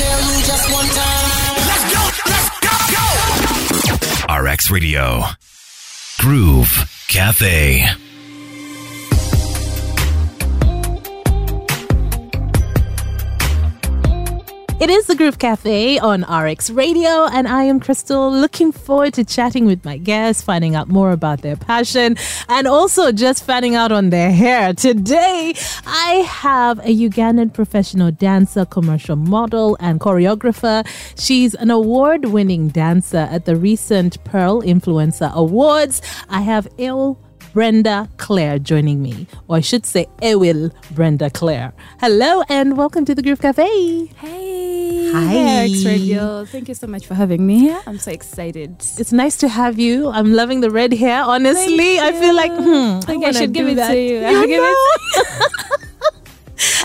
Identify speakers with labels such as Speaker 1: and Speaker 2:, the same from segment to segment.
Speaker 1: Just one time. Let's go. Let's go. Go.
Speaker 2: RX Radio. Groove Cafe.
Speaker 3: It is the Groove Cafe on RX Radio, and I am Crystal. Looking forward to chatting with my guests, finding out more about their passion, and also just finding out on their hair. Today, I have a Ugandan professional dancer, commercial model, and choreographer. She's an award winning dancer at the recent Pearl Influencer Awards. I have Il. Brenda Claire joining me, or I should say, Ewil Brenda Claire. Hello and welcome to the Groove Cafe.
Speaker 4: Hey, hi, X Radio. Thank you so much for having me here. I'm so excited.
Speaker 3: It's nice to have you. I'm loving the red hair. Honestly, I feel like hmm,
Speaker 4: Think I, should give it
Speaker 3: that.
Speaker 4: to you.
Speaker 3: You
Speaker 4: I'll give
Speaker 3: know?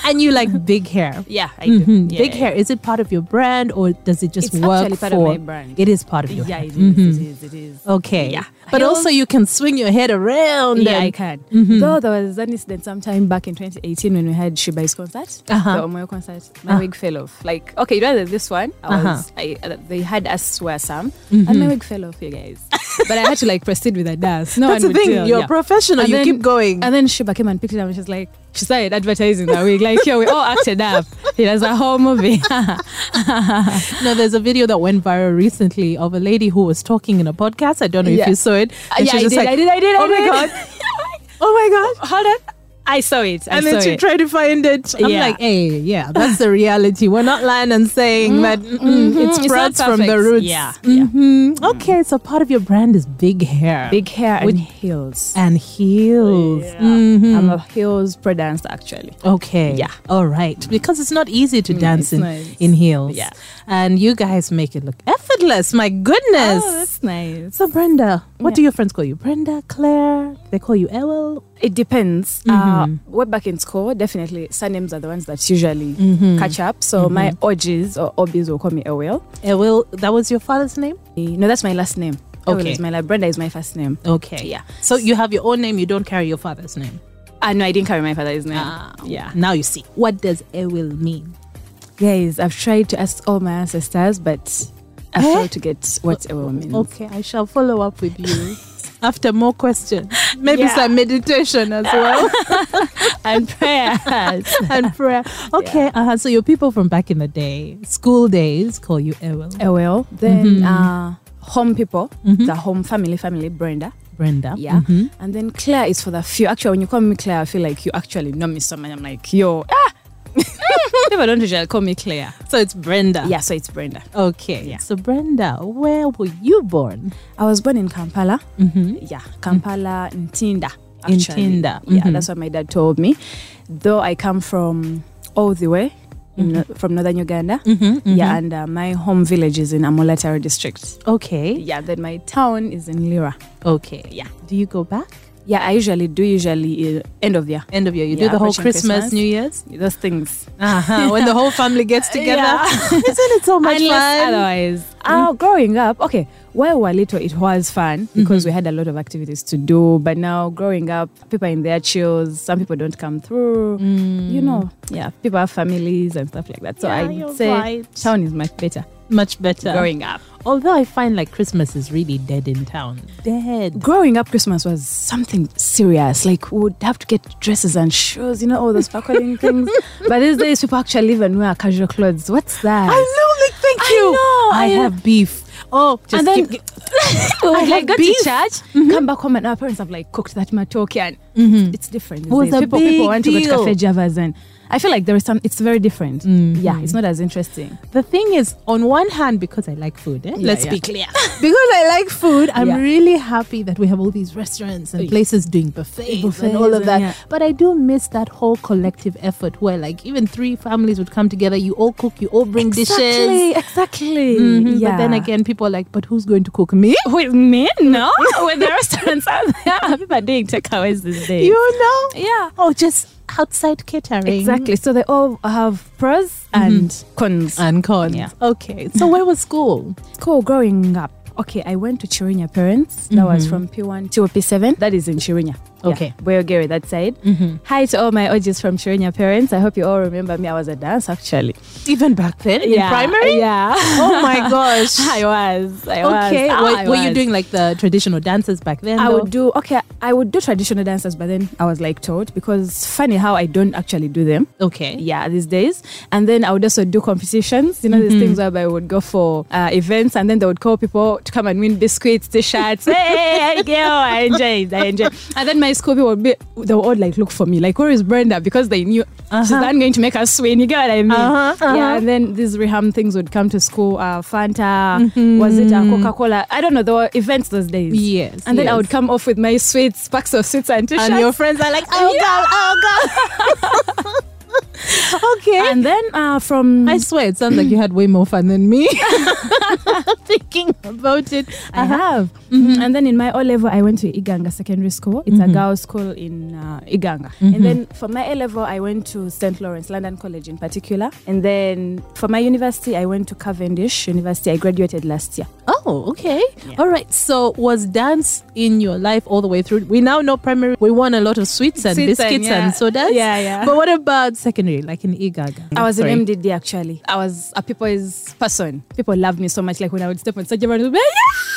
Speaker 3: and you like big hair.
Speaker 4: Yeah, I do.
Speaker 3: Mhm.
Speaker 4: Yeah,
Speaker 3: big
Speaker 4: yeah,
Speaker 3: hair. Is it part of your brand, or does it just
Speaker 4: It's
Speaker 3: work
Speaker 4: actually part of
Speaker 3: for?
Speaker 4: my brand.
Speaker 3: It is part of your.
Speaker 4: Yeah,
Speaker 3: hair.
Speaker 4: it is, it is. It is.
Speaker 3: Okay.
Speaker 4: Yeah.
Speaker 3: But
Speaker 4: Heels-
Speaker 3: also, you can swing your head around.
Speaker 4: Yeah,
Speaker 3: and-
Speaker 4: I can. Though there was an incident sometime back in 2018 when we had Shibai's concert,
Speaker 3: Uh-huh.
Speaker 4: the Omoyo concert. My wig fell off. Like, okay, you know that this one, I was, I, uh, they had us wear some, and my wig fell off, you guys. but I had to like proceed with the dance. No
Speaker 3: That's
Speaker 4: one
Speaker 3: the
Speaker 4: would
Speaker 3: thing.
Speaker 4: tell,
Speaker 3: You're
Speaker 4: yeah.
Speaker 3: a professional.
Speaker 4: And
Speaker 3: you
Speaker 4: then-
Speaker 3: keep going.
Speaker 4: And then Shiba came and picked it up and she's like, she started advertising that wig. Like, here we all acted up. It was a whole movie.
Speaker 3: No, there's a video that went viral recently of a lady who was talking in a podcast. I don't know if
Speaker 4: Yeah. Uh,
Speaker 3: you saw it. And
Speaker 4: yeah,
Speaker 3: she
Speaker 4: I
Speaker 3: was
Speaker 4: did,
Speaker 3: just like,
Speaker 4: I did, I did, I
Speaker 3: Oh my
Speaker 4: did."
Speaker 3: god. oh my god.
Speaker 4: Hold on. I saw it. I
Speaker 3: And
Speaker 4: saw
Speaker 3: then she
Speaker 4: it.
Speaker 3: tried to find it. I'm
Speaker 4: Yeah.
Speaker 3: like, hey, yeah, that's the reality. We're not lying and saying that mm-mm, it
Speaker 4: Mm-hmm. It's
Speaker 3: sprouts
Speaker 4: not
Speaker 3: from the
Speaker 4: perfect.
Speaker 3: roots.
Speaker 4: Yeah, yeah. Mm-hmm.
Speaker 3: Mhm. Okay, so part of your brand is big hair.
Speaker 4: Big hair
Speaker 3: With-
Speaker 4: and heels.
Speaker 3: and heels.
Speaker 4: Yeah.
Speaker 3: Mhm.
Speaker 4: I'm a heels pro dancer actually.
Speaker 3: Okay.
Speaker 4: Yeah. Mm,
Speaker 3: All right. Because it's not easy to dance
Speaker 4: it's
Speaker 3: in,
Speaker 4: nice.
Speaker 3: in heels.
Speaker 4: Yeah.
Speaker 3: And you guys make it look effortless. My goodness.
Speaker 4: Oh, nice.
Speaker 3: So Brenda, what do your friends call you? Brenda, Claire? They call you Ewell?
Speaker 4: It depends. Uh, way back in school, definitely surnames are the ones that usually catch up. So my OGs or OBs will call me Ewell.
Speaker 3: Ewell, that was your father's name?
Speaker 4: No, that's my last name. Ewell
Speaker 3: Okay.
Speaker 4: is my last. Brenda is my first name.
Speaker 3: Okay.
Speaker 4: Yeah.
Speaker 3: So you have your own name, you don't carry your father's name.
Speaker 4: Ah, no, I didn't carry my father's name.
Speaker 3: Yeah.
Speaker 4: yeah.
Speaker 3: Now you see. What does Ewell mean?
Speaker 4: Guys, I've tried to ask all my ancestors, but I failed to get what Ewell means.
Speaker 3: Okay, I shall follow up with you after more questions. Maybe
Speaker 4: Yeah.
Speaker 3: some meditation as well
Speaker 4: And prayers.
Speaker 3: and prayer. Okay, uh-huh. so your people from back in the day, school days, call you Ewell.
Speaker 4: Ewell. Eh, Then uh, home people, the home family, family, Brenda.
Speaker 3: Brenda. Mm-hmm.
Speaker 4: Yeah. And then Claire is for the few. Actually, when you call me Claire, I feel like you actually know me so much. I'm like, yo, ah. People don't usually call me Claire.
Speaker 3: So it's Brenda.
Speaker 4: Yeah, so it's Brenda.
Speaker 3: Okay. So Brenda, where were you born?
Speaker 4: I was born in Kampala. Mm-hmm. Yeah, Kampala, Ntinda.
Speaker 3: In Mm-hmm.
Speaker 4: Actually.
Speaker 3: Tinda,
Speaker 4: Yeah, that's what my dad told me. Though I come from all the way
Speaker 3: Mm-hmm.
Speaker 4: in no- from northern Uganda. Yeah, and uh, my home village is in Amulataro district.
Speaker 3: Okay.
Speaker 4: Yeah, then my town is in Lira.
Speaker 3: Okay.
Speaker 4: Yeah.
Speaker 3: Do you go back?
Speaker 4: Yeah, I usually do usually uh, end of year.
Speaker 3: End of year. You do
Speaker 4: Yeah,
Speaker 3: the whole
Speaker 4: approaching
Speaker 3: Christmas,
Speaker 4: Christmas.
Speaker 3: New Year's.
Speaker 4: Those things.
Speaker 3: Uh-huh. when the whole family gets together.
Speaker 4: Yeah.
Speaker 3: Isn't it so much
Speaker 4: Unless
Speaker 3: fun?
Speaker 4: otherwise. Oh,
Speaker 3: Mm.
Speaker 4: growing up, okay. While we were little, it was fun
Speaker 3: Mm-hmm.
Speaker 4: because we had a lot of activities to do. But now, growing up, people are in their chills. Some people don't come through. You know, yeah, people have families and stuff like that. So
Speaker 3: Mm. Yeah,
Speaker 4: I
Speaker 3: you're
Speaker 4: would say
Speaker 3: right.
Speaker 4: town is much better
Speaker 3: Much better.
Speaker 4: growing up.
Speaker 3: Although I find like Christmas is really dead in town. Dead.
Speaker 4: Growing up, Christmas was something serious. Like we would have to get dresses and shoes, you know, all those sparkling things. But these days, people actually live and wear casual clothes. What's that?
Speaker 3: I know, like thank
Speaker 4: I
Speaker 3: you.
Speaker 4: know,
Speaker 3: I
Speaker 4: I-
Speaker 3: have beef. Oh, just
Speaker 4: and then
Speaker 3: keep-
Speaker 4: I
Speaker 3: have
Speaker 4: like, go
Speaker 3: beef. Mm-hmm.
Speaker 4: to church, come back home, and our parents have like cooked that matoke, and it's different. these
Speaker 3: Was
Speaker 4: days.
Speaker 3: a
Speaker 4: people,
Speaker 3: big
Speaker 4: people want to
Speaker 3: deal.
Speaker 4: go to cafe javas, and I feel like there is some. It's very different.
Speaker 3: Mm-hmm.
Speaker 4: Yeah, it's not as interesting.
Speaker 3: the thing is, on one hand, because I like food, eh?
Speaker 4: Yeah,
Speaker 3: let's
Speaker 4: yeah.
Speaker 3: be clear. because I like food, I'm
Speaker 4: Yeah.
Speaker 3: really happy that we have all these restaurants and places doing buffets, and
Speaker 4: Buffets
Speaker 3: all of
Speaker 4: and
Speaker 3: that.
Speaker 4: yeah.
Speaker 3: But I do miss that whole collective effort where, like, even three families would come together, you all cook, you all bring dishes.
Speaker 4: Exactly, exactly.
Speaker 3: Mhm,
Speaker 4: Yeah.
Speaker 3: But then again, people are like, but w's going to cook me?
Speaker 4: with me, no, with the restaurants out there, people are doing takeaways these days.
Speaker 3: You know?
Speaker 4: yeah.
Speaker 3: Oh, just outside catering.
Speaker 4: Exactly. So they all have pros
Speaker 3: Mm-hmm.
Speaker 4: and cons.
Speaker 3: And cons.
Speaker 4: Yeah.
Speaker 3: Okay. So where was school?
Speaker 4: Cool.
Speaker 3: Mm-hmm.
Speaker 4: Growing up, okay, I went to Chirinya parents. That was from P1 to P7. That is in Chirinya.
Speaker 3: Okay. Mm-hmm.
Speaker 4: Yeah, Boyogere, that side. Hi to all my OGs from Chirenya parents. I hope you all remember me. I was a dance actually.
Speaker 3: Even back then in
Speaker 4: Yeah,
Speaker 3: primary?
Speaker 4: Yeah.
Speaker 3: Oh my gosh.
Speaker 4: I was. I was.
Speaker 3: okay.
Speaker 4: Ah,
Speaker 3: were,
Speaker 4: I
Speaker 3: were you
Speaker 4: was.
Speaker 3: doing like the traditional dances back then?
Speaker 4: I would do
Speaker 3: though?
Speaker 4: okay. I would do traditional dances, but then I was like told because funny how I don't actually do them.
Speaker 3: Okay.
Speaker 4: Yeah, these days. And then I would also do competitions. You know,
Speaker 3: Mm-hmm.
Speaker 4: these things where I would go for uh, events, and then they would call people to come and win biscuits, t-shirts. hey, hey, hey, girl, I enjoy it. I enjoy. It. And then my school people would be. They would all like look for me, like where is Brenda? Because they knew she's not going to make us win. You get what I mean?
Speaker 3: Uh-huh, uh-huh.
Speaker 4: Yeah. And then these reham things would come to school. Uh, Fanta, was it uh, Coca Cola? I don't know. There were events those days.
Speaker 3: Mm-hmm. Yes,
Speaker 4: And then I
Speaker 3: yes.
Speaker 4: would come off with my sweets, packs of sweets and t-shirts.
Speaker 3: And your friends are like, oh god, oh god. okay.
Speaker 4: And then uh, from
Speaker 3: I swear, it sounds like you had way more fun than me. Thinking about it,
Speaker 4: I have. And then in my O level, I went to Iganga Secondary School. It's a girls' school in uh, Iganga. And then for my A level, I went to St. Lawrence, London College in particular. And then for my university, I went to Cavendish University. I graduated last year.
Speaker 3: Oh, okay. All right. So, was dance in your life all the way through? We now know primary, we won a lot of sweets and
Speaker 4: Sweets and,
Speaker 3: biscuits and,
Speaker 4: yeah.
Speaker 3: sodas.
Speaker 4: Yeah, yeah.
Speaker 3: But what about secondary, like in Igaga?
Speaker 4: I was
Speaker 3: Sorry.
Speaker 4: in MDD actually. I was a people's person. People loved me so much. Like when I would step on stage, everyone would be like, "Yeah!"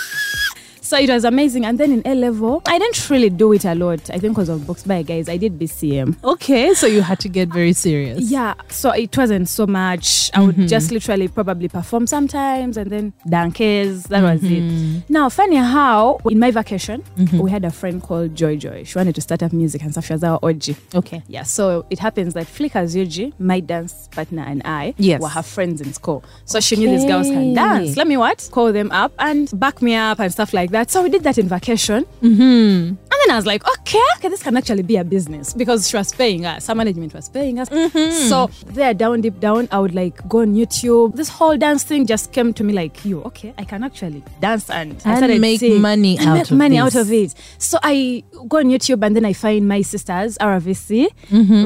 Speaker 4: So it was amazing. And then in A level, I didn't really do it a lot. I think because of books by guys, I did BCM.
Speaker 3: Okay. So, you had to get very serious.
Speaker 4: Yeah, so it wasn't so much. I would just literally probably perform sometimes and then dances. That was it. Now, funny how in my vacation, we had a friend called Joy Joy. She wanted to start up music and stuff. She was our OG.
Speaker 3: Okay.
Speaker 4: Yeah, so it happens that Flicker's Yuji, my dance partner, and I
Speaker 3: Yes.
Speaker 4: were her friends in school. So she knew these girls can dance. Let me what? Call them up and back me up and stuff like that. So we did that in vacation. Mm-hmm. And then I was like, okay, okay, this can actually be a business because she was paying us. Her management was paying us.
Speaker 3: Mm-hmm.
Speaker 4: So there, down deep down, I would like go on YouTube. This whole dance thing just came to me like, you, okay, I can actually dance and, I
Speaker 3: And
Speaker 4: started
Speaker 3: make
Speaker 4: seeing-
Speaker 3: money
Speaker 4: and
Speaker 3: out
Speaker 4: make
Speaker 3: of
Speaker 4: money
Speaker 3: this.
Speaker 4: out of it it. So I go on YouTube and then I find my sisters, RVC,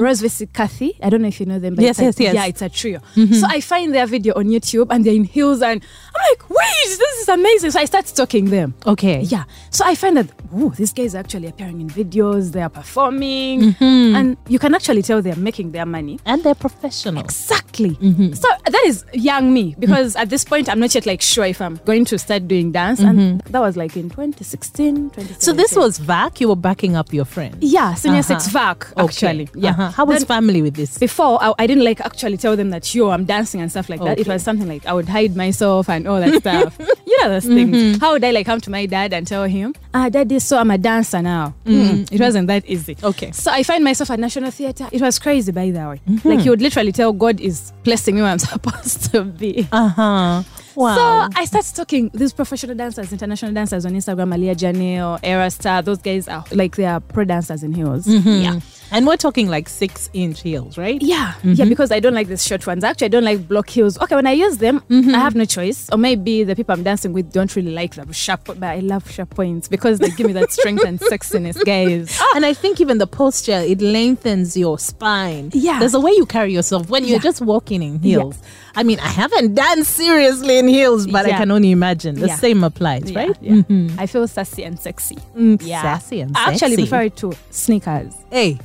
Speaker 4: Rose VC Kathy. I don't know if you know them, but
Speaker 3: Mm-hmm. Yes,
Speaker 4: it's
Speaker 3: yes,
Speaker 4: a,
Speaker 3: yes. Mm-hmm.
Speaker 4: yeah, it's a trio. So I find their video on YouTube and they're in heels and I'm like, wait, this is amazing. So I start stalking them.
Speaker 3: Okay.
Speaker 4: Yeah. So I find that, ooh, these guys are actually appearing in videos, they are performing,
Speaker 3: Mm-hmm.
Speaker 4: and you can actually tell they're making their money.
Speaker 3: And they're professional.
Speaker 4: Exactly.
Speaker 3: Mm-hmm.
Speaker 4: So that is young me because at this point I'm not yet like sure if I'm going to start doing dance. And that was like in 2016, 2017.
Speaker 3: Mm-hmm. So, this was VAC. You were backing up your friend.
Speaker 4: Yeah, senior
Speaker 3: Uh-huh.
Speaker 4: six vac
Speaker 3: Okay.
Speaker 4: actually. Yeah.
Speaker 3: Uh-huh. How was
Speaker 4: Then
Speaker 3: family with this?
Speaker 4: before I, I didn't like actually tell them that yo I'm dancing and stuff like that. It
Speaker 3: Okay.
Speaker 4: was something like I would hide myself and all that stuff. you know those things.
Speaker 3: Mm-hmm.
Speaker 4: How would I like come to my dad and tell him, ah, daddy, so I'm a dancer now. Mm. It wasn't that easy.
Speaker 3: Okay.
Speaker 4: So I find myself at National Theatre. It was crazy by the way.
Speaker 3: Mm-hmm.
Speaker 4: Like you would literally tell God is placing me where I'm supposed to be.
Speaker 3: Uh huh. Wow.
Speaker 4: So I started talking these professional dancers, international dancers on Instagram, Alia Janelle, Era Star. Those guys are like they are pro dancers in heels. Yeah.
Speaker 3: Mm-hmm. and we're talking like six inch heels, right?
Speaker 4: Yeah, yeah,
Speaker 3: Mm-hmm.
Speaker 4: because I don't like these short ones. Actually, I don't like block heels. Okay, when I use them,
Speaker 3: Mm-hmm.
Speaker 4: I have no choice. Or maybe the people I'm dancing with don't really like them sharp, but I love sharp points because they give me that strength and sexiness, guys.
Speaker 3: And I think even the posture, it lengthens your spine.
Speaker 4: Yeah.
Speaker 3: There's a way you carry yourself when you're
Speaker 4: Yeah.
Speaker 3: just walking in heels. I mean, I haven't danced seriously in heels, but I
Speaker 4: Yeah.
Speaker 3: can only imagine. The
Speaker 4: Yeah.
Speaker 3: same applies, right? Mm-hmm.
Speaker 4: Yeah, yeah. I feel sassy and sexy. Yeah.
Speaker 3: Sassy and
Speaker 4: I actually
Speaker 3: sexy.
Speaker 4: prefer it to sneakers.
Speaker 3: Hey,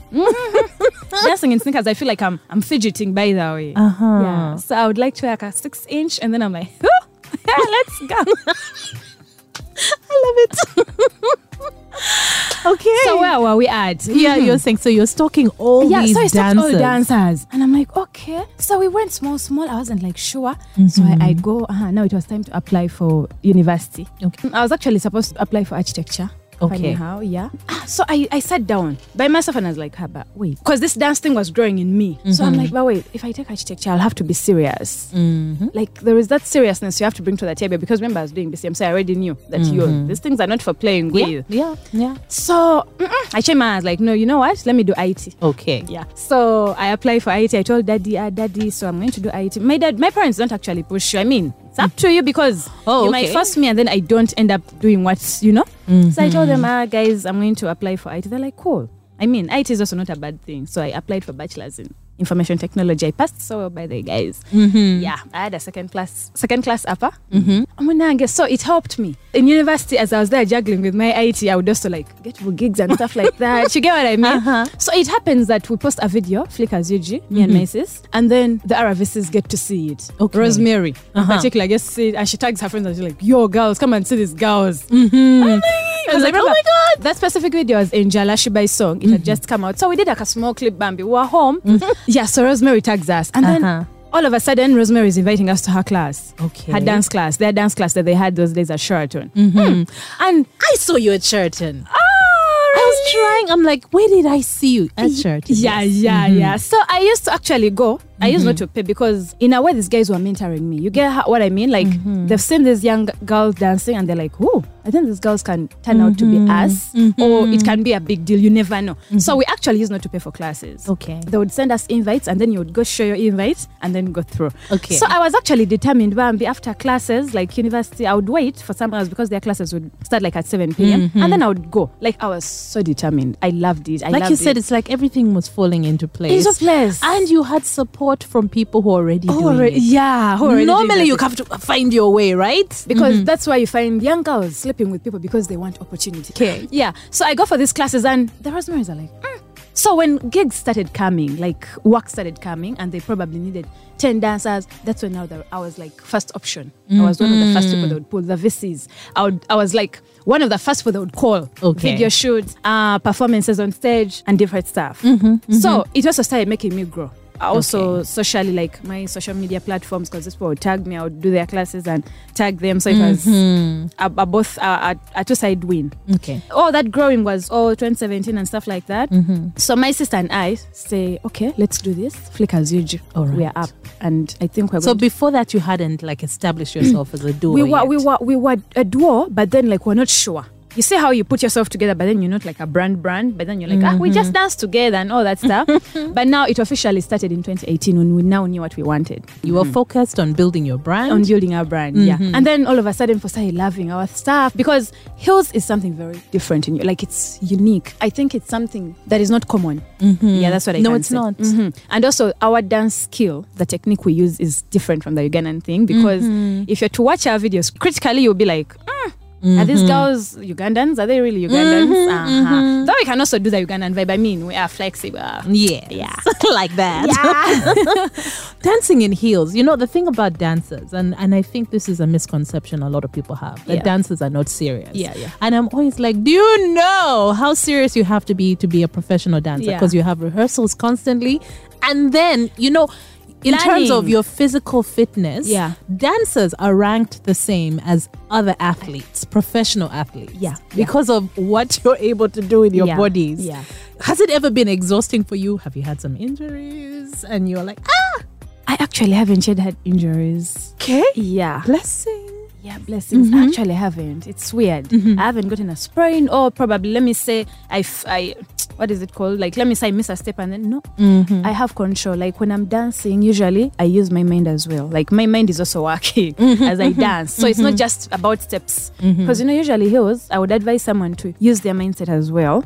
Speaker 4: dancing in sneakers, I feel like I'm I'm fidgeting by the way.
Speaker 3: Ah.
Speaker 4: Uh-huh. Yeah. So I would like to like a six inch, and then I'm like, yeah, let's go.
Speaker 3: I love it. okay. Mm-hmm.
Speaker 4: so where were we at?
Speaker 3: yeah, you're saying so you're stalking all
Speaker 4: Oh, yeah,
Speaker 3: these
Speaker 4: so I stopped
Speaker 3: dancers.
Speaker 4: all dancers. And I'm like, okay. So we went small, small. I wasn't like sure. So I, I
Speaker 3: Mm-hmm.
Speaker 4: go, uh, now it was time to apply for university. Mm,
Speaker 3: Okay.
Speaker 4: I was actually supposed to apply for architecture.
Speaker 3: Okay.
Speaker 4: Funny How, yeah. Ah, So I, I sat down by myself and I was like, ah, but wait. Because this dance thing was growing in me. So
Speaker 3: Mm-hmm.
Speaker 4: I'm like, but wait, if I take architecture, I'll have to be serious.
Speaker 3: Mm-hmm.
Speaker 4: Like, there is that seriousness you have to bring to the table because remember, I was doing BCM, so I already knew that you these things are not for playing
Speaker 3: Mm-hmm. Yeah,
Speaker 4: with.
Speaker 3: yeah, yeah.
Speaker 4: So mm-mm, I changed my eyes, like, no, you know what? Let me do IT.
Speaker 3: Okay.
Speaker 4: Yeah. So I applied for IIT. I told daddy, ah, daddy, so I'm going to do IIT. My dad, my parents don't actually push you. I mean, it's up to you because
Speaker 3: Oh,
Speaker 4: you
Speaker 3: okay.
Speaker 4: might force me and then I don't end up doing what, you know? So I
Speaker 3: Mm-hmm.
Speaker 4: told them, ah, guys, I'm going to apply for IIT. They're like, cool. I mean, IT is also not a bad thing. So I applied for bachelor's in information technology. I passed so well by the guys.
Speaker 3: Mm-hmm.
Speaker 4: Yeah, I had a second class, second class upper. Omunange. So it helped me in university as I was there juggling with my IT. I would also like get for gigs and stuff like that. You get what I mean?
Speaker 3: Uh-huh.
Speaker 4: So it happens that we post a video, Flickr UG, me and my sis, and then the RVCs get to see it.
Speaker 3: Mm-hmm. Okay.
Speaker 4: Rosemary, in
Speaker 3: Uh-huh.
Speaker 4: particular, gets to see it, and she tags her friends and she's like, "Yo, girls, come and see these girls." I
Speaker 3: Mm-hmm. was like, "Oh my Mm-hmm.
Speaker 4: God!" That specific video was in Jalashibai song. It had just come out, so we did like a small clip. Bambi, we were home. Yeah, so Rosemary tags us, and then
Speaker 3: Uh-huh.
Speaker 4: all of a sudden, Rosemary is inviting us to her class,
Speaker 3: Okay. Mm.
Speaker 4: her dance class. Their dance class that they had those days at Sheraton, Hmm. and
Speaker 3: I saw you at Sheraton.
Speaker 4: oh,
Speaker 3: I was trying. I'm like, where did I see you at Sheraton?
Speaker 4: Yeah, yeah,
Speaker 3: Mm-hmm.
Speaker 4: yeah. So I used to actually go. I used not to pay because, in a way, these guys were mentoring me. You get ho- what I mean? Like,
Speaker 3: Mm-hmm.
Speaker 4: they've seen these young girls dancing and they're like, oh, I think these girls can turn out to be
Speaker 3: Mm-hmm.
Speaker 4: us or it can be a big deal. You never know. So we actually used not to pay for classes.
Speaker 3: Okay.
Speaker 4: They would send us invites and then you would go show your invites and then go through.
Speaker 3: Okay.
Speaker 4: So I was actually determined, Bambi, after classes, like university, I would wait for some hours because their classes would start like at 7 p.m.
Speaker 3: Mm-hmm.
Speaker 4: and then I would go. Like, I was so determined. I loved it. I
Speaker 3: Like
Speaker 4: loved
Speaker 3: you
Speaker 4: it.
Speaker 3: said, it's like everything was falling into place.
Speaker 4: Into place.
Speaker 3: And you had support from people who already
Speaker 4: Who
Speaker 3: doing
Speaker 4: already-
Speaker 3: it.
Speaker 4: yeah, who already
Speaker 3: Normally
Speaker 4: did
Speaker 3: you
Speaker 4: that.
Speaker 3: have to find your way, right?
Speaker 4: because that's why you find young girls sleeping with people because they want opportunity.
Speaker 3: Okay.
Speaker 4: Yeah. So I go for these classes and the Rosemary's are like, "Mm." so when gigs started coming, like work started coming, and they probably needed 10 dancers, that's when now the, I was like first option. I was one of the first
Speaker 3: Mm-hmm.
Speaker 4: people that would pull the VCs. I, would, I was like one of the first people that would call
Speaker 3: Okay.
Speaker 4: video shoots, uh, performances on stage, and different stuff.
Speaker 3: Mm-hmm.
Speaker 4: So it also started making me grow. I also socially like my social media platforms because people would tag me. I would do their classes and tag them. So it
Speaker 3: Mm-hmm.
Speaker 4: was a, a both a, a, a two side win.
Speaker 3: Okay.
Speaker 4: All that growing was all 2017 and stuff like that.
Speaker 3: Mm-hmm.
Speaker 4: So my sister and I say, okay, let's do this. Flickers UG.
Speaker 3: All right.
Speaker 4: We are up, and I think we're
Speaker 3: So
Speaker 4: going. to
Speaker 3: before that, you hadn't like established yourself as a duo.
Speaker 4: we were we
Speaker 3: yet.
Speaker 4: were we were a duo, but then like we're not sure. You see how you put yourself together, but then you're not like a brand brand. But then you're like, ah, we just danced together and all that stuff. but now it officially started in 2018 when we now knew what we wanted.
Speaker 3: You were focused on building your brand.
Speaker 4: on building our brand.
Speaker 3: Mm-hmm.
Speaker 4: Yeah. And then all of a sudden, for started loving our stuff because heels is something very different in you. Like it's unique. I think it's something that is not common. Yeah, that's what I
Speaker 3: Mm-hmm. No,
Speaker 4: can
Speaker 3: it's
Speaker 4: say.
Speaker 3: not.
Speaker 4: Mhm. And also, our dance skill, the technique we use is different from the Ugandan thing because
Speaker 3: Mm-hmm.
Speaker 4: if you're to watch our videos critically, you'll be like, "Mm, Are
Speaker 3: Mm-hmm.
Speaker 4: these girls Ugandans? Are they really Ugandans? uh-huh. Though we can also do the Ugandan vibe. I mean, we are flexible.
Speaker 3: Yeah.
Speaker 4: Yeah.
Speaker 3: like that.
Speaker 4: Yeah.
Speaker 3: Dancing in heels. You know, the thing about dancers, and, and I think this is a misconception a lot of people have, that
Speaker 4: Yeah.
Speaker 3: dancers are not serious.
Speaker 4: Yeah, yeah.
Speaker 3: And I'm always like, do you know how serious you have to be to be a professional dancer?
Speaker 4: Yeah.
Speaker 3: Because you have rehearsals constantly. And then, you know, in terms of
Speaker 4: Learning.
Speaker 3: your physical fitness,
Speaker 4: Yeah.
Speaker 3: dancers are ranked the same as other athletes, professional athletes.
Speaker 4: Yeah, yeah.
Speaker 3: Because of what you're able to do with your
Speaker 4: Yeah,
Speaker 3: bodies.
Speaker 4: yeah.
Speaker 3: Has it ever been exhausting for you? Have you had some injuries? And you're like, "Ah,
Speaker 4: I actually haven't yet had injuries.
Speaker 3: okay,
Speaker 4: Yeah.
Speaker 3: blessing.
Speaker 4: Yeah, blessings. I actually haven't. It's weird. I haven't gotten a sprain, or probably let me say I, f- I, what is it called? Like let me say I miss a step, and then no, I have control. Like when I'm dancing, usually I use my mind as well. Like my mind is also working as I dance, so it's not just about steps. Because you know, usually heels, I would advise someone to use their mindset as well.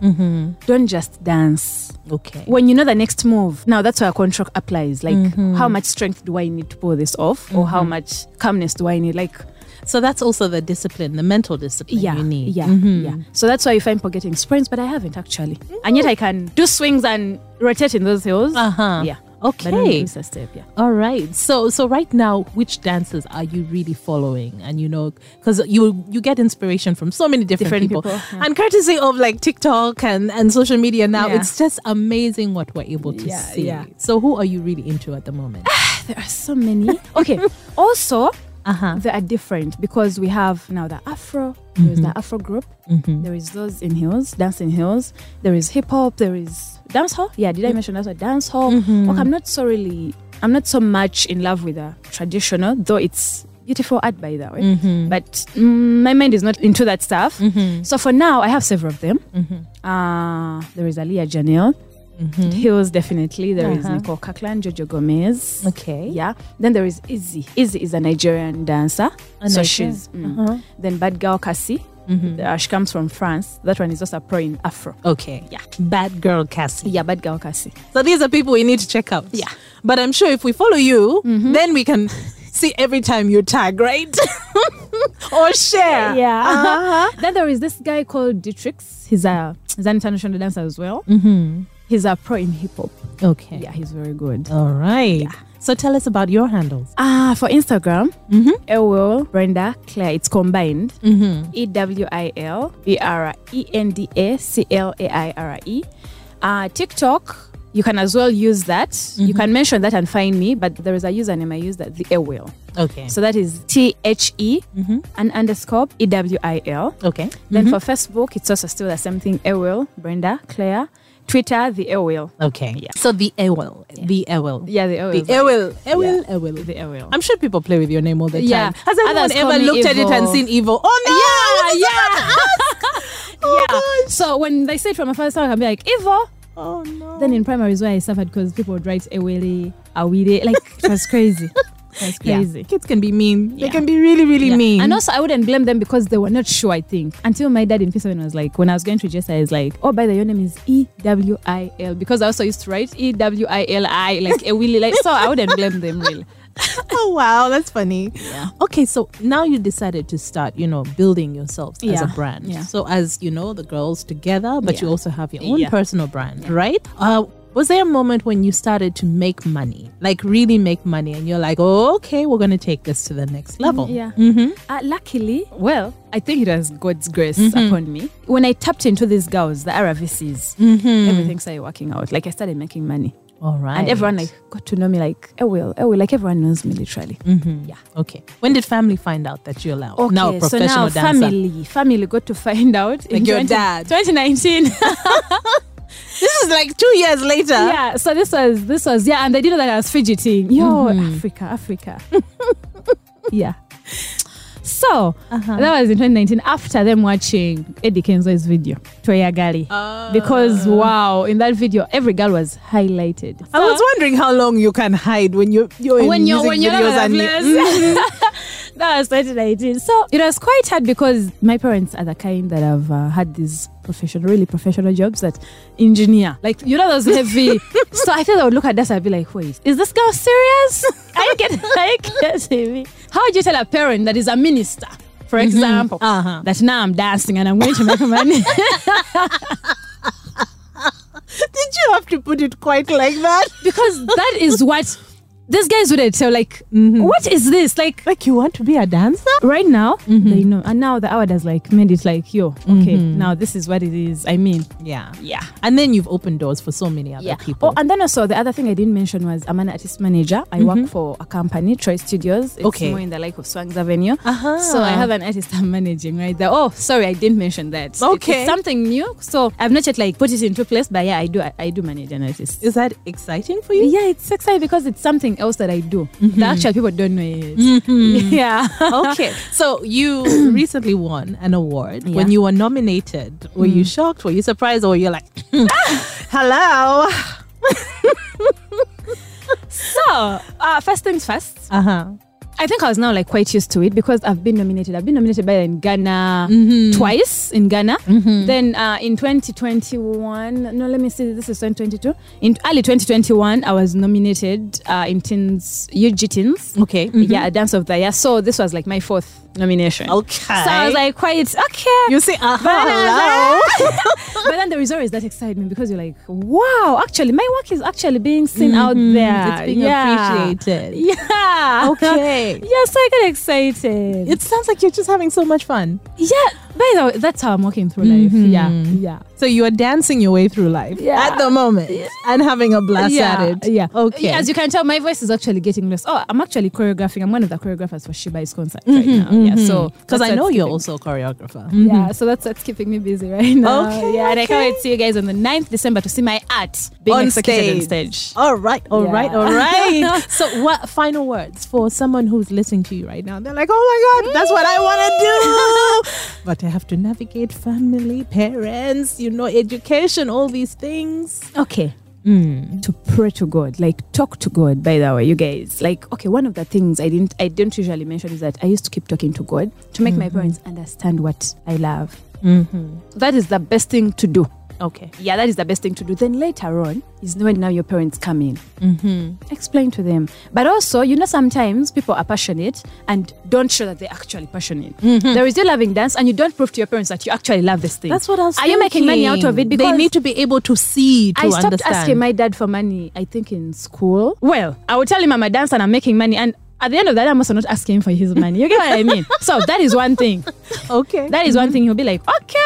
Speaker 4: Don't just dance
Speaker 3: Okay.
Speaker 4: when you know the next move now that's where control applies like how much strength do i need to pull this off or how much calmness do i need like
Speaker 3: So that's also the discipline, the mental discipline
Speaker 4: yeah
Speaker 3: you need. Mm-hmm.
Speaker 4: yeah yeah so that's why you find people getting sprains but i haven't actually Mm-hmm. and yet i can do swings and rotate in those hills
Speaker 3: Uh-huh.
Speaker 4: yeah but don't
Speaker 3: Okay.
Speaker 4: miss a step yeah
Speaker 3: All right. So so right now, which dances are you really following? And you know, because you you get inspiration from so many different,
Speaker 4: Different
Speaker 3: people,
Speaker 4: people, yeah.
Speaker 3: and courtesy of like TikTok and and social media now,
Speaker 4: Yeah.
Speaker 3: it's just amazing what we're able to
Speaker 4: Yeah,
Speaker 3: see.
Speaker 4: yeah.
Speaker 3: So who are you really into at the moment?
Speaker 4: there are so many okay also
Speaker 3: Uh huh.
Speaker 4: they are different because we have now the afro there's the afro group there is those in hills dance in hills there is hip hop there is dance hall yeah did i mention that's a dance hall okay i'm not so really i'm not so much in love with the traditional though it's beautiful art by the way but mm, my mind is not into that stuff so for now i have several of them uh, there is Aliyah Janelle Hills definitely. There is Nicole Kaklan, Jojo Gomez.
Speaker 3: Okay.
Speaker 4: Yeah. Then there is Izzy. Izzy is a Nigerian Uh-huh. dancer.
Speaker 3: A
Speaker 4: so
Speaker 3: Nigerian.
Speaker 4: she's mm. then Bad Girl Kasi. The ash comes from France. That one is just a pro in Afro.
Speaker 3: Okay.
Speaker 4: Yeah.
Speaker 3: Bad girl Cassie.
Speaker 4: Yeah, bad girl Cassie.
Speaker 3: So these are people we need to check out.
Speaker 4: Yeah. Mm-hmm.
Speaker 3: But I'm sure if we follow you, then we can see every time you tag, right? or share.
Speaker 4: Yeah. Uh-huh. then there is this guy called Dietrix. He's a he's an international dancer as well. He's a pro in hip hop.
Speaker 3: Okay.
Speaker 4: Yeah, he's very good.
Speaker 3: All right. So tell us about your handles.
Speaker 4: Ah, for Instagram,
Speaker 3: Mm-hmm.
Speaker 4: Elwell Brenda Claire. It's combined. E W I L B R E N D A C L A I R E. Uh, TikTok. You can as well use that.
Speaker 3: Mm-hmm.
Speaker 4: You can mention that and find me, but there is a username I use that the Elwell.
Speaker 3: Okay. Mm-hmm.
Speaker 4: So that is T H E and underscore E W I L.
Speaker 3: okay.
Speaker 4: Then for Facebook, it's also still the same thing. Elwell Brenda Claire. Twitter, the Elwell.
Speaker 3: Okay. So the AWIL. The AWIL.
Speaker 4: Yeah, the Elwell.
Speaker 3: The AWIL. AWIL.
Speaker 4: Yeah.
Speaker 3: AWIL.
Speaker 4: The Elwell.
Speaker 3: I'm sure people play with your name all the time.
Speaker 4: Yeah.
Speaker 3: Has anyone
Speaker 4: Others call
Speaker 3: ever
Speaker 4: me
Speaker 3: looked at it and
Speaker 4: Evo.
Speaker 3: seen evil? Oh no!
Speaker 4: Yeah,
Speaker 3: yeah. oh, gosh.
Speaker 4: So when they said from a first time, I'd be like, Evo.
Speaker 3: oh no.
Speaker 4: Then in primary is where I suffered because people would write Ewele, Awide. Like, it was crazy. It was
Speaker 3: Yeah.
Speaker 4: crazy.
Speaker 3: Kids can be mean. They
Speaker 4: Yeah.
Speaker 3: can be really, really
Speaker 4: Yeah.
Speaker 3: mean.
Speaker 4: And also, I wouldn't blame them because they were not sure, I think. Until my dad in peace when I was like, when I was going to Jessa, I was like, oh, by the way, your name is E W I L. Because I also used to write E W I L I, like Ewele. Like, so I wouldn't blame them, really.
Speaker 3: oh wow, that's funny. Okay, so now you decided to start, you know, building yourself as a
Speaker 4: Yeah,
Speaker 3: brand.
Speaker 4: yeah.
Speaker 3: So as you know, the girls together, but you
Speaker 4: Yeah.
Speaker 3: also have your own
Speaker 4: Yeah.
Speaker 3: personal brand, right? Uh, was there a moment when you started to make money, like really make money, and you're like, oh, okay, we're gonna take this to the next level?
Speaker 4: Mm, Yeah. Uh, luckily, well, I think it was God's grace upon me. When I tapped into these girls, the RVCs, everything started working out. Like I started making money,
Speaker 3: All right.
Speaker 4: and everyone like got to know me. Like oh, I will, I will. Like everyone knows me literally.
Speaker 3: okay. When did family find out that you're allowed? now a
Speaker 4: so
Speaker 3: professional
Speaker 4: now
Speaker 3: dancer.
Speaker 4: family, family got to find out in
Speaker 3: Like your
Speaker 4: 20
Speaker 3: dad.
Speaker 4: 2019.
Speaker 3: This is like two years later.
Speaker 4: yeah. So this was this was yeah, and they didn't know that I was fidgeting. Yo, Africa, Africa. yeah. So that was in 2019 after them watching Eddie Kenzo's video, Toya Gali. because wow, in that video every girl was highlighted.
Speaker 3: I was wondering how long you can hide when you're you're in
Speaker 4: when you're
Speaker 3: music
Speaker 4: when you're
Speaker 3: videos
Speaker 4: not
Speaker 3: and
Speaker 4: on
Speaker 3: you-
Speaker 4: a place. Mm. that was 2019. So it was quite hard because my parents are the kind that have uh, had these professional, really professional jobs that engineer, like you know those heavy. so I think I would look at this and be like, wait, is this girl serious? I get, I get it. How would you tell a parent that is a minister? For example,
Speaker 3: Uh-huh.
Speaker 4: that now I'm dancing and I'm going to make money.
Speaker 3: Did you have to put it quite like that?
Speaker 4: because that is what these guys would tell. Like, what is this? Like,
Speaker 3: Like you want to be a dancer?
Speaker 4: right now
Speaker 3: Mm-hmm.
Speaker 4: they know and now the hour has like made it like yo okay now this is what it is i mean
Speaker 3: Yeah.
Speaker 4: yeah
Speaker 3: And then you've opened doors for so many other people.
Speaker 4: oh and then also the other thing i didn't mention was i'm an artist manager i work for a company troy studios it's
Speaker 3: Mm-hmm. Okay.
Speaker 4: more in the like of swangs avenue
Speaker 3: Uh-huh.
Speaker 4: so i have an artist i'm managing right there oh sorry i didn't mention that It-
Speaker 3: Okay.
Speaker 4: it's something new so i've not yet like put it into place but yeah i do i, I do manage an artist
Speaker 3: Is that exciting for you?
Speaker 4: yeah, it's exciting because it's something else that I do.
Speaker 3: Mm-hmm.
Speaker 4: The actual people don't know it. Yeah.
Speaker 3: okay. So you recently won an award.
Speaker 4: Yeah.
Speaker 3: When you were nominated, were you shocked? Were you surprised? Or you're like, hello?
Speaker 4: So, uh, first things first.
Speaker 3: Uh huh.
Speaker 4: I think I was now like quite used to it because I've been nominated. I've been nominated by in Ghana
Speaker 3: Mm-hmm.
Speaker 4: twice in Ghana. Then uh, in 2021, no, let me see, this is 2022. In early 2021, I was nominated uh, in teens, UG teens.
Speaker 3: Okay.
Speaker 4: Yeah, Dance of the Year. So this was like my fourth nomination.
Speaker 3: Mm-hmm. Okay.
Speaker 4: So I was like quite okay.
Speaker 3: you say, uh
Speaker 4: But then
Speaker 3: hello?
Speaker 4: I was like- but then the result is that excitement because you're like, wow, actually, my work is actually being seen out there.
Speaker 3: Mm-hmm. It's being
Speaker 4: Yeah.
Speaker 3: appreciated.
Speaker 4: Yeah.
Speaker 3: Okay.
Speaker 4: Yes, I get excited.
Speaker 3: It sounds like you're just having so much fun.
Speaker 4: yeah. By the way, that's how I'm walking through
Speaker 3: Mm-hmm.
Speaker 4: life. Yeah. Yeah.
Speaker 3: So you are dancing your way through life
Speaker 4: Yeah.
Speaker 3: at the moment and having a blast
Speaker 4: yeah,
Speaker 3: at it.
Speaker 4: yeah.
Speaker 3: Okay.
Speaker 4: As you can tell, my voice is actually getting less. Oh, I'm actually choreographing. I'm one of the choreographers for Shibai's concert right now. Yeah. So
Speaker 3: because
Speaker 4: that's
Speaker 3: Mm-hmm,
Speaker 4: Mm.
Speaker 3: I know
Speaker 4: what's
Speaker 3: you're
Speaker 4: keeping-
Speaker 3: also a choreographer.
Speaker 4: Yeah, so that's what's keeping me busy right now.
Speaker 3: Okay,
Speaker 4: yeah, and I can't
Speaker 3: okay.
Speaker 4: wait to see you guys on the 9th December to see my art being
Speaker 3: On
Speaker 4: executed on
Speaker 3: stage.
Speaker 4: stage.
Speaker 3: All right, all right,
Speaker 4: Yeah.
Speaker 3: all right. so, what final words for someone who's listening to you right now? They're like, oh my God, that's what I want to
Speaker 4: Mm.
Speaker 3: do. but I have to navigate family, parents, you know, education, all these things.
Speaker 4: Okay.
Speaker 3: Mm.
Speaker 4: to pray to God, like talk to God. By the way, you guys, like okay, one of the things I didn't, I don't usually mention is that I used to keep talking to God to make
Speaker 3: Mm-hmm.
Speaker 4: my parents understand what I love. That is the best thing to do.
Speaker 3: Okay.
Speaker 4: Yeah, that is the best thing to do. Then later on is when now your parents come in. Mm-hmm. Explain to them. But also, you know, sometimes people are passionate and don't show that they're actually passionate. There is you loving dance and you don't prove to your parents that you actually love this thing.
Speaker 3: Mm-hmm. That's what I was
Speaker 4: Are you making money out of
Speaker 3: thinking.
Speaker 4: it? Because
Speaker 3: they need to be able to see to
Speaker 4: I stopped
Speaker 3: understand.
Speaker 4: asking my dad for money, I think in school. Well, I would tell him I'm a dancer and I'm making money. And at the end of that, I'm also not asking him for his money. You get what I mean? So that is one thing.
Speaker 3: okay.
Speaker 4: That is one thing. He'll be like, okay.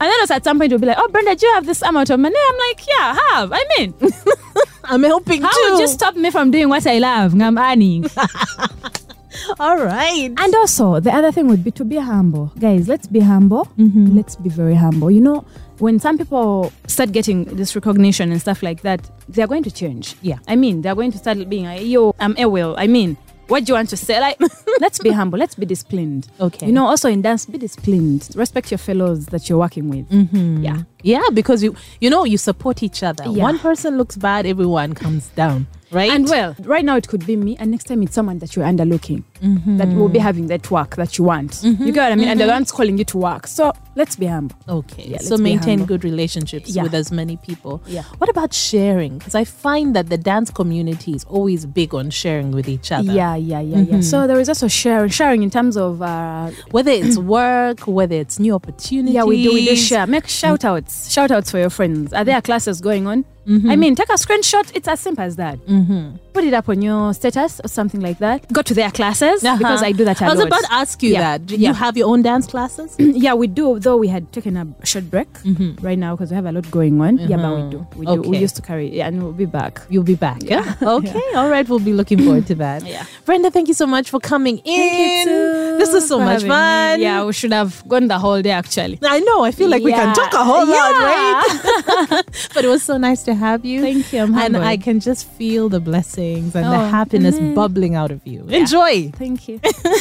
Speaker 4: And then also at some point, he'll be like, oh, Brenda, do you have this amount of money? I'm like, yeah, I have. I mean,
Speaker 3: I'm helping
Speaker 4: how
Speaker 3: too.
Speaker 4: would you stop me from doing what I love? I'm earning.
Speaker 3: All right.
Speaker 4: And also, the other thing would be to be humble. Guys, let's be humble.
Speaker 3: Mm-hmm.
Speaker 4: Let's be very humble. You know, when some people start getting this recognition and stuff like that, they're going to change.
Speaker 3: Yeah.
Speaker 4: I mean, they're going to start being like, yo, I'm a will. I mean, what do you want to say? Like, let's be humble. Let's be disciplined.
Speaker 3: Okay.
Speaker 4: You know, also in dance, be disciplined. Respect your fellows that you're working with.
Speaker 3: Mm-hmm.
Speaker 4: Yeah.
Speaker 3: Yeah, because you you know you support each other.
Speaker 4: Yeah.
Speaker 3: One person looks bad, everyone comes down, right?
Speaker 4: And well, right now it could be me, and next time it's someone that you're underlooking that
Speaker 3: Mm-hmm.
Speaker 4: will be having that work that you want. You get what I mean? And the one's calling you to work. So let's be humble.
Speaker 3: okay,
Speaker 4: Yeah,
Speaker 3: so
Speaker 4: let's be
Speaker 3: maintain
Speaker 4: humble.
Speaker 3: good relationships
Speaker 4: Yeah.
Speaker 3: with as many people.
Speaker 4: Yeah.
Speaker 3: What about sharing? Because I find that the dance community is always big on sharing with each other. Mm-hmm.
Speaker 4: Yeah, yeah, yeah, yeah. So there is also sharing, sharing in terms of uh,
Speaker 3: Whether it's work, whether it's new opportunities.
Speaker 4: yeah, we do we do share. Make shout outs, shout outs for your friends. Are there classes going on?
Speaker 3: Mm-hmm.
Speaker 4: I mean, take a screenshot. It's as simple as that. Put it up on your status or something like that. Go to their classes
Speaker 3: Uh-huh.
Speaker 4: because I do that a
Speaker 3: I was
Speaker 4: lot.
Speaker 3: about to ask you
Speaker 4: Yeah.
Speaker 3: that. Do
Speaker 4: Yeah.
Speaker 3: you have your own dance classes?
Speaker 4: yeah, we do. Though we had taken a short break right now because we have a lot going on. Yeah, but we do. We do. We
Speaker 3: Mm-hmm. Okay.
Speaker 4: used to carry. Yeah, and we'll be back.
Speaker 3: You'll be back. Yeah. Okay. All right. We'll be looking forward to that.
Speaker 4: Yeah.
Speaker 3: Brenda, thank you so much for coming in. this was so
Speaker 4: For
Speaker 3: much
Speaker 4: having me.
Speaker 3: fun.
Speaker 4: Yeah, we should have gone the whole day actually.
Speaker 3: I know. I feel like we
Speaker 4: Yeah.
Speaker 3: can talk a whole lot,
Speaker 4: Yeah.
Speaker 3: right? but it was so nice to have you.
Speaker 4: Thank you, I'm
Speaker 3: and
Speaker 4: humbled.
Speaker 3: I can just feel the blessings and the
Speaker 4: Oh,
Speaker 3: happiness bubbling out of you. mm-hmm. Enjoy.
Speaker 4: Thank you.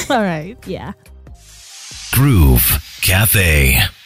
Speaker 3: All right.
Speaker 4: yeah.
Speaker 2: Groove Cafe.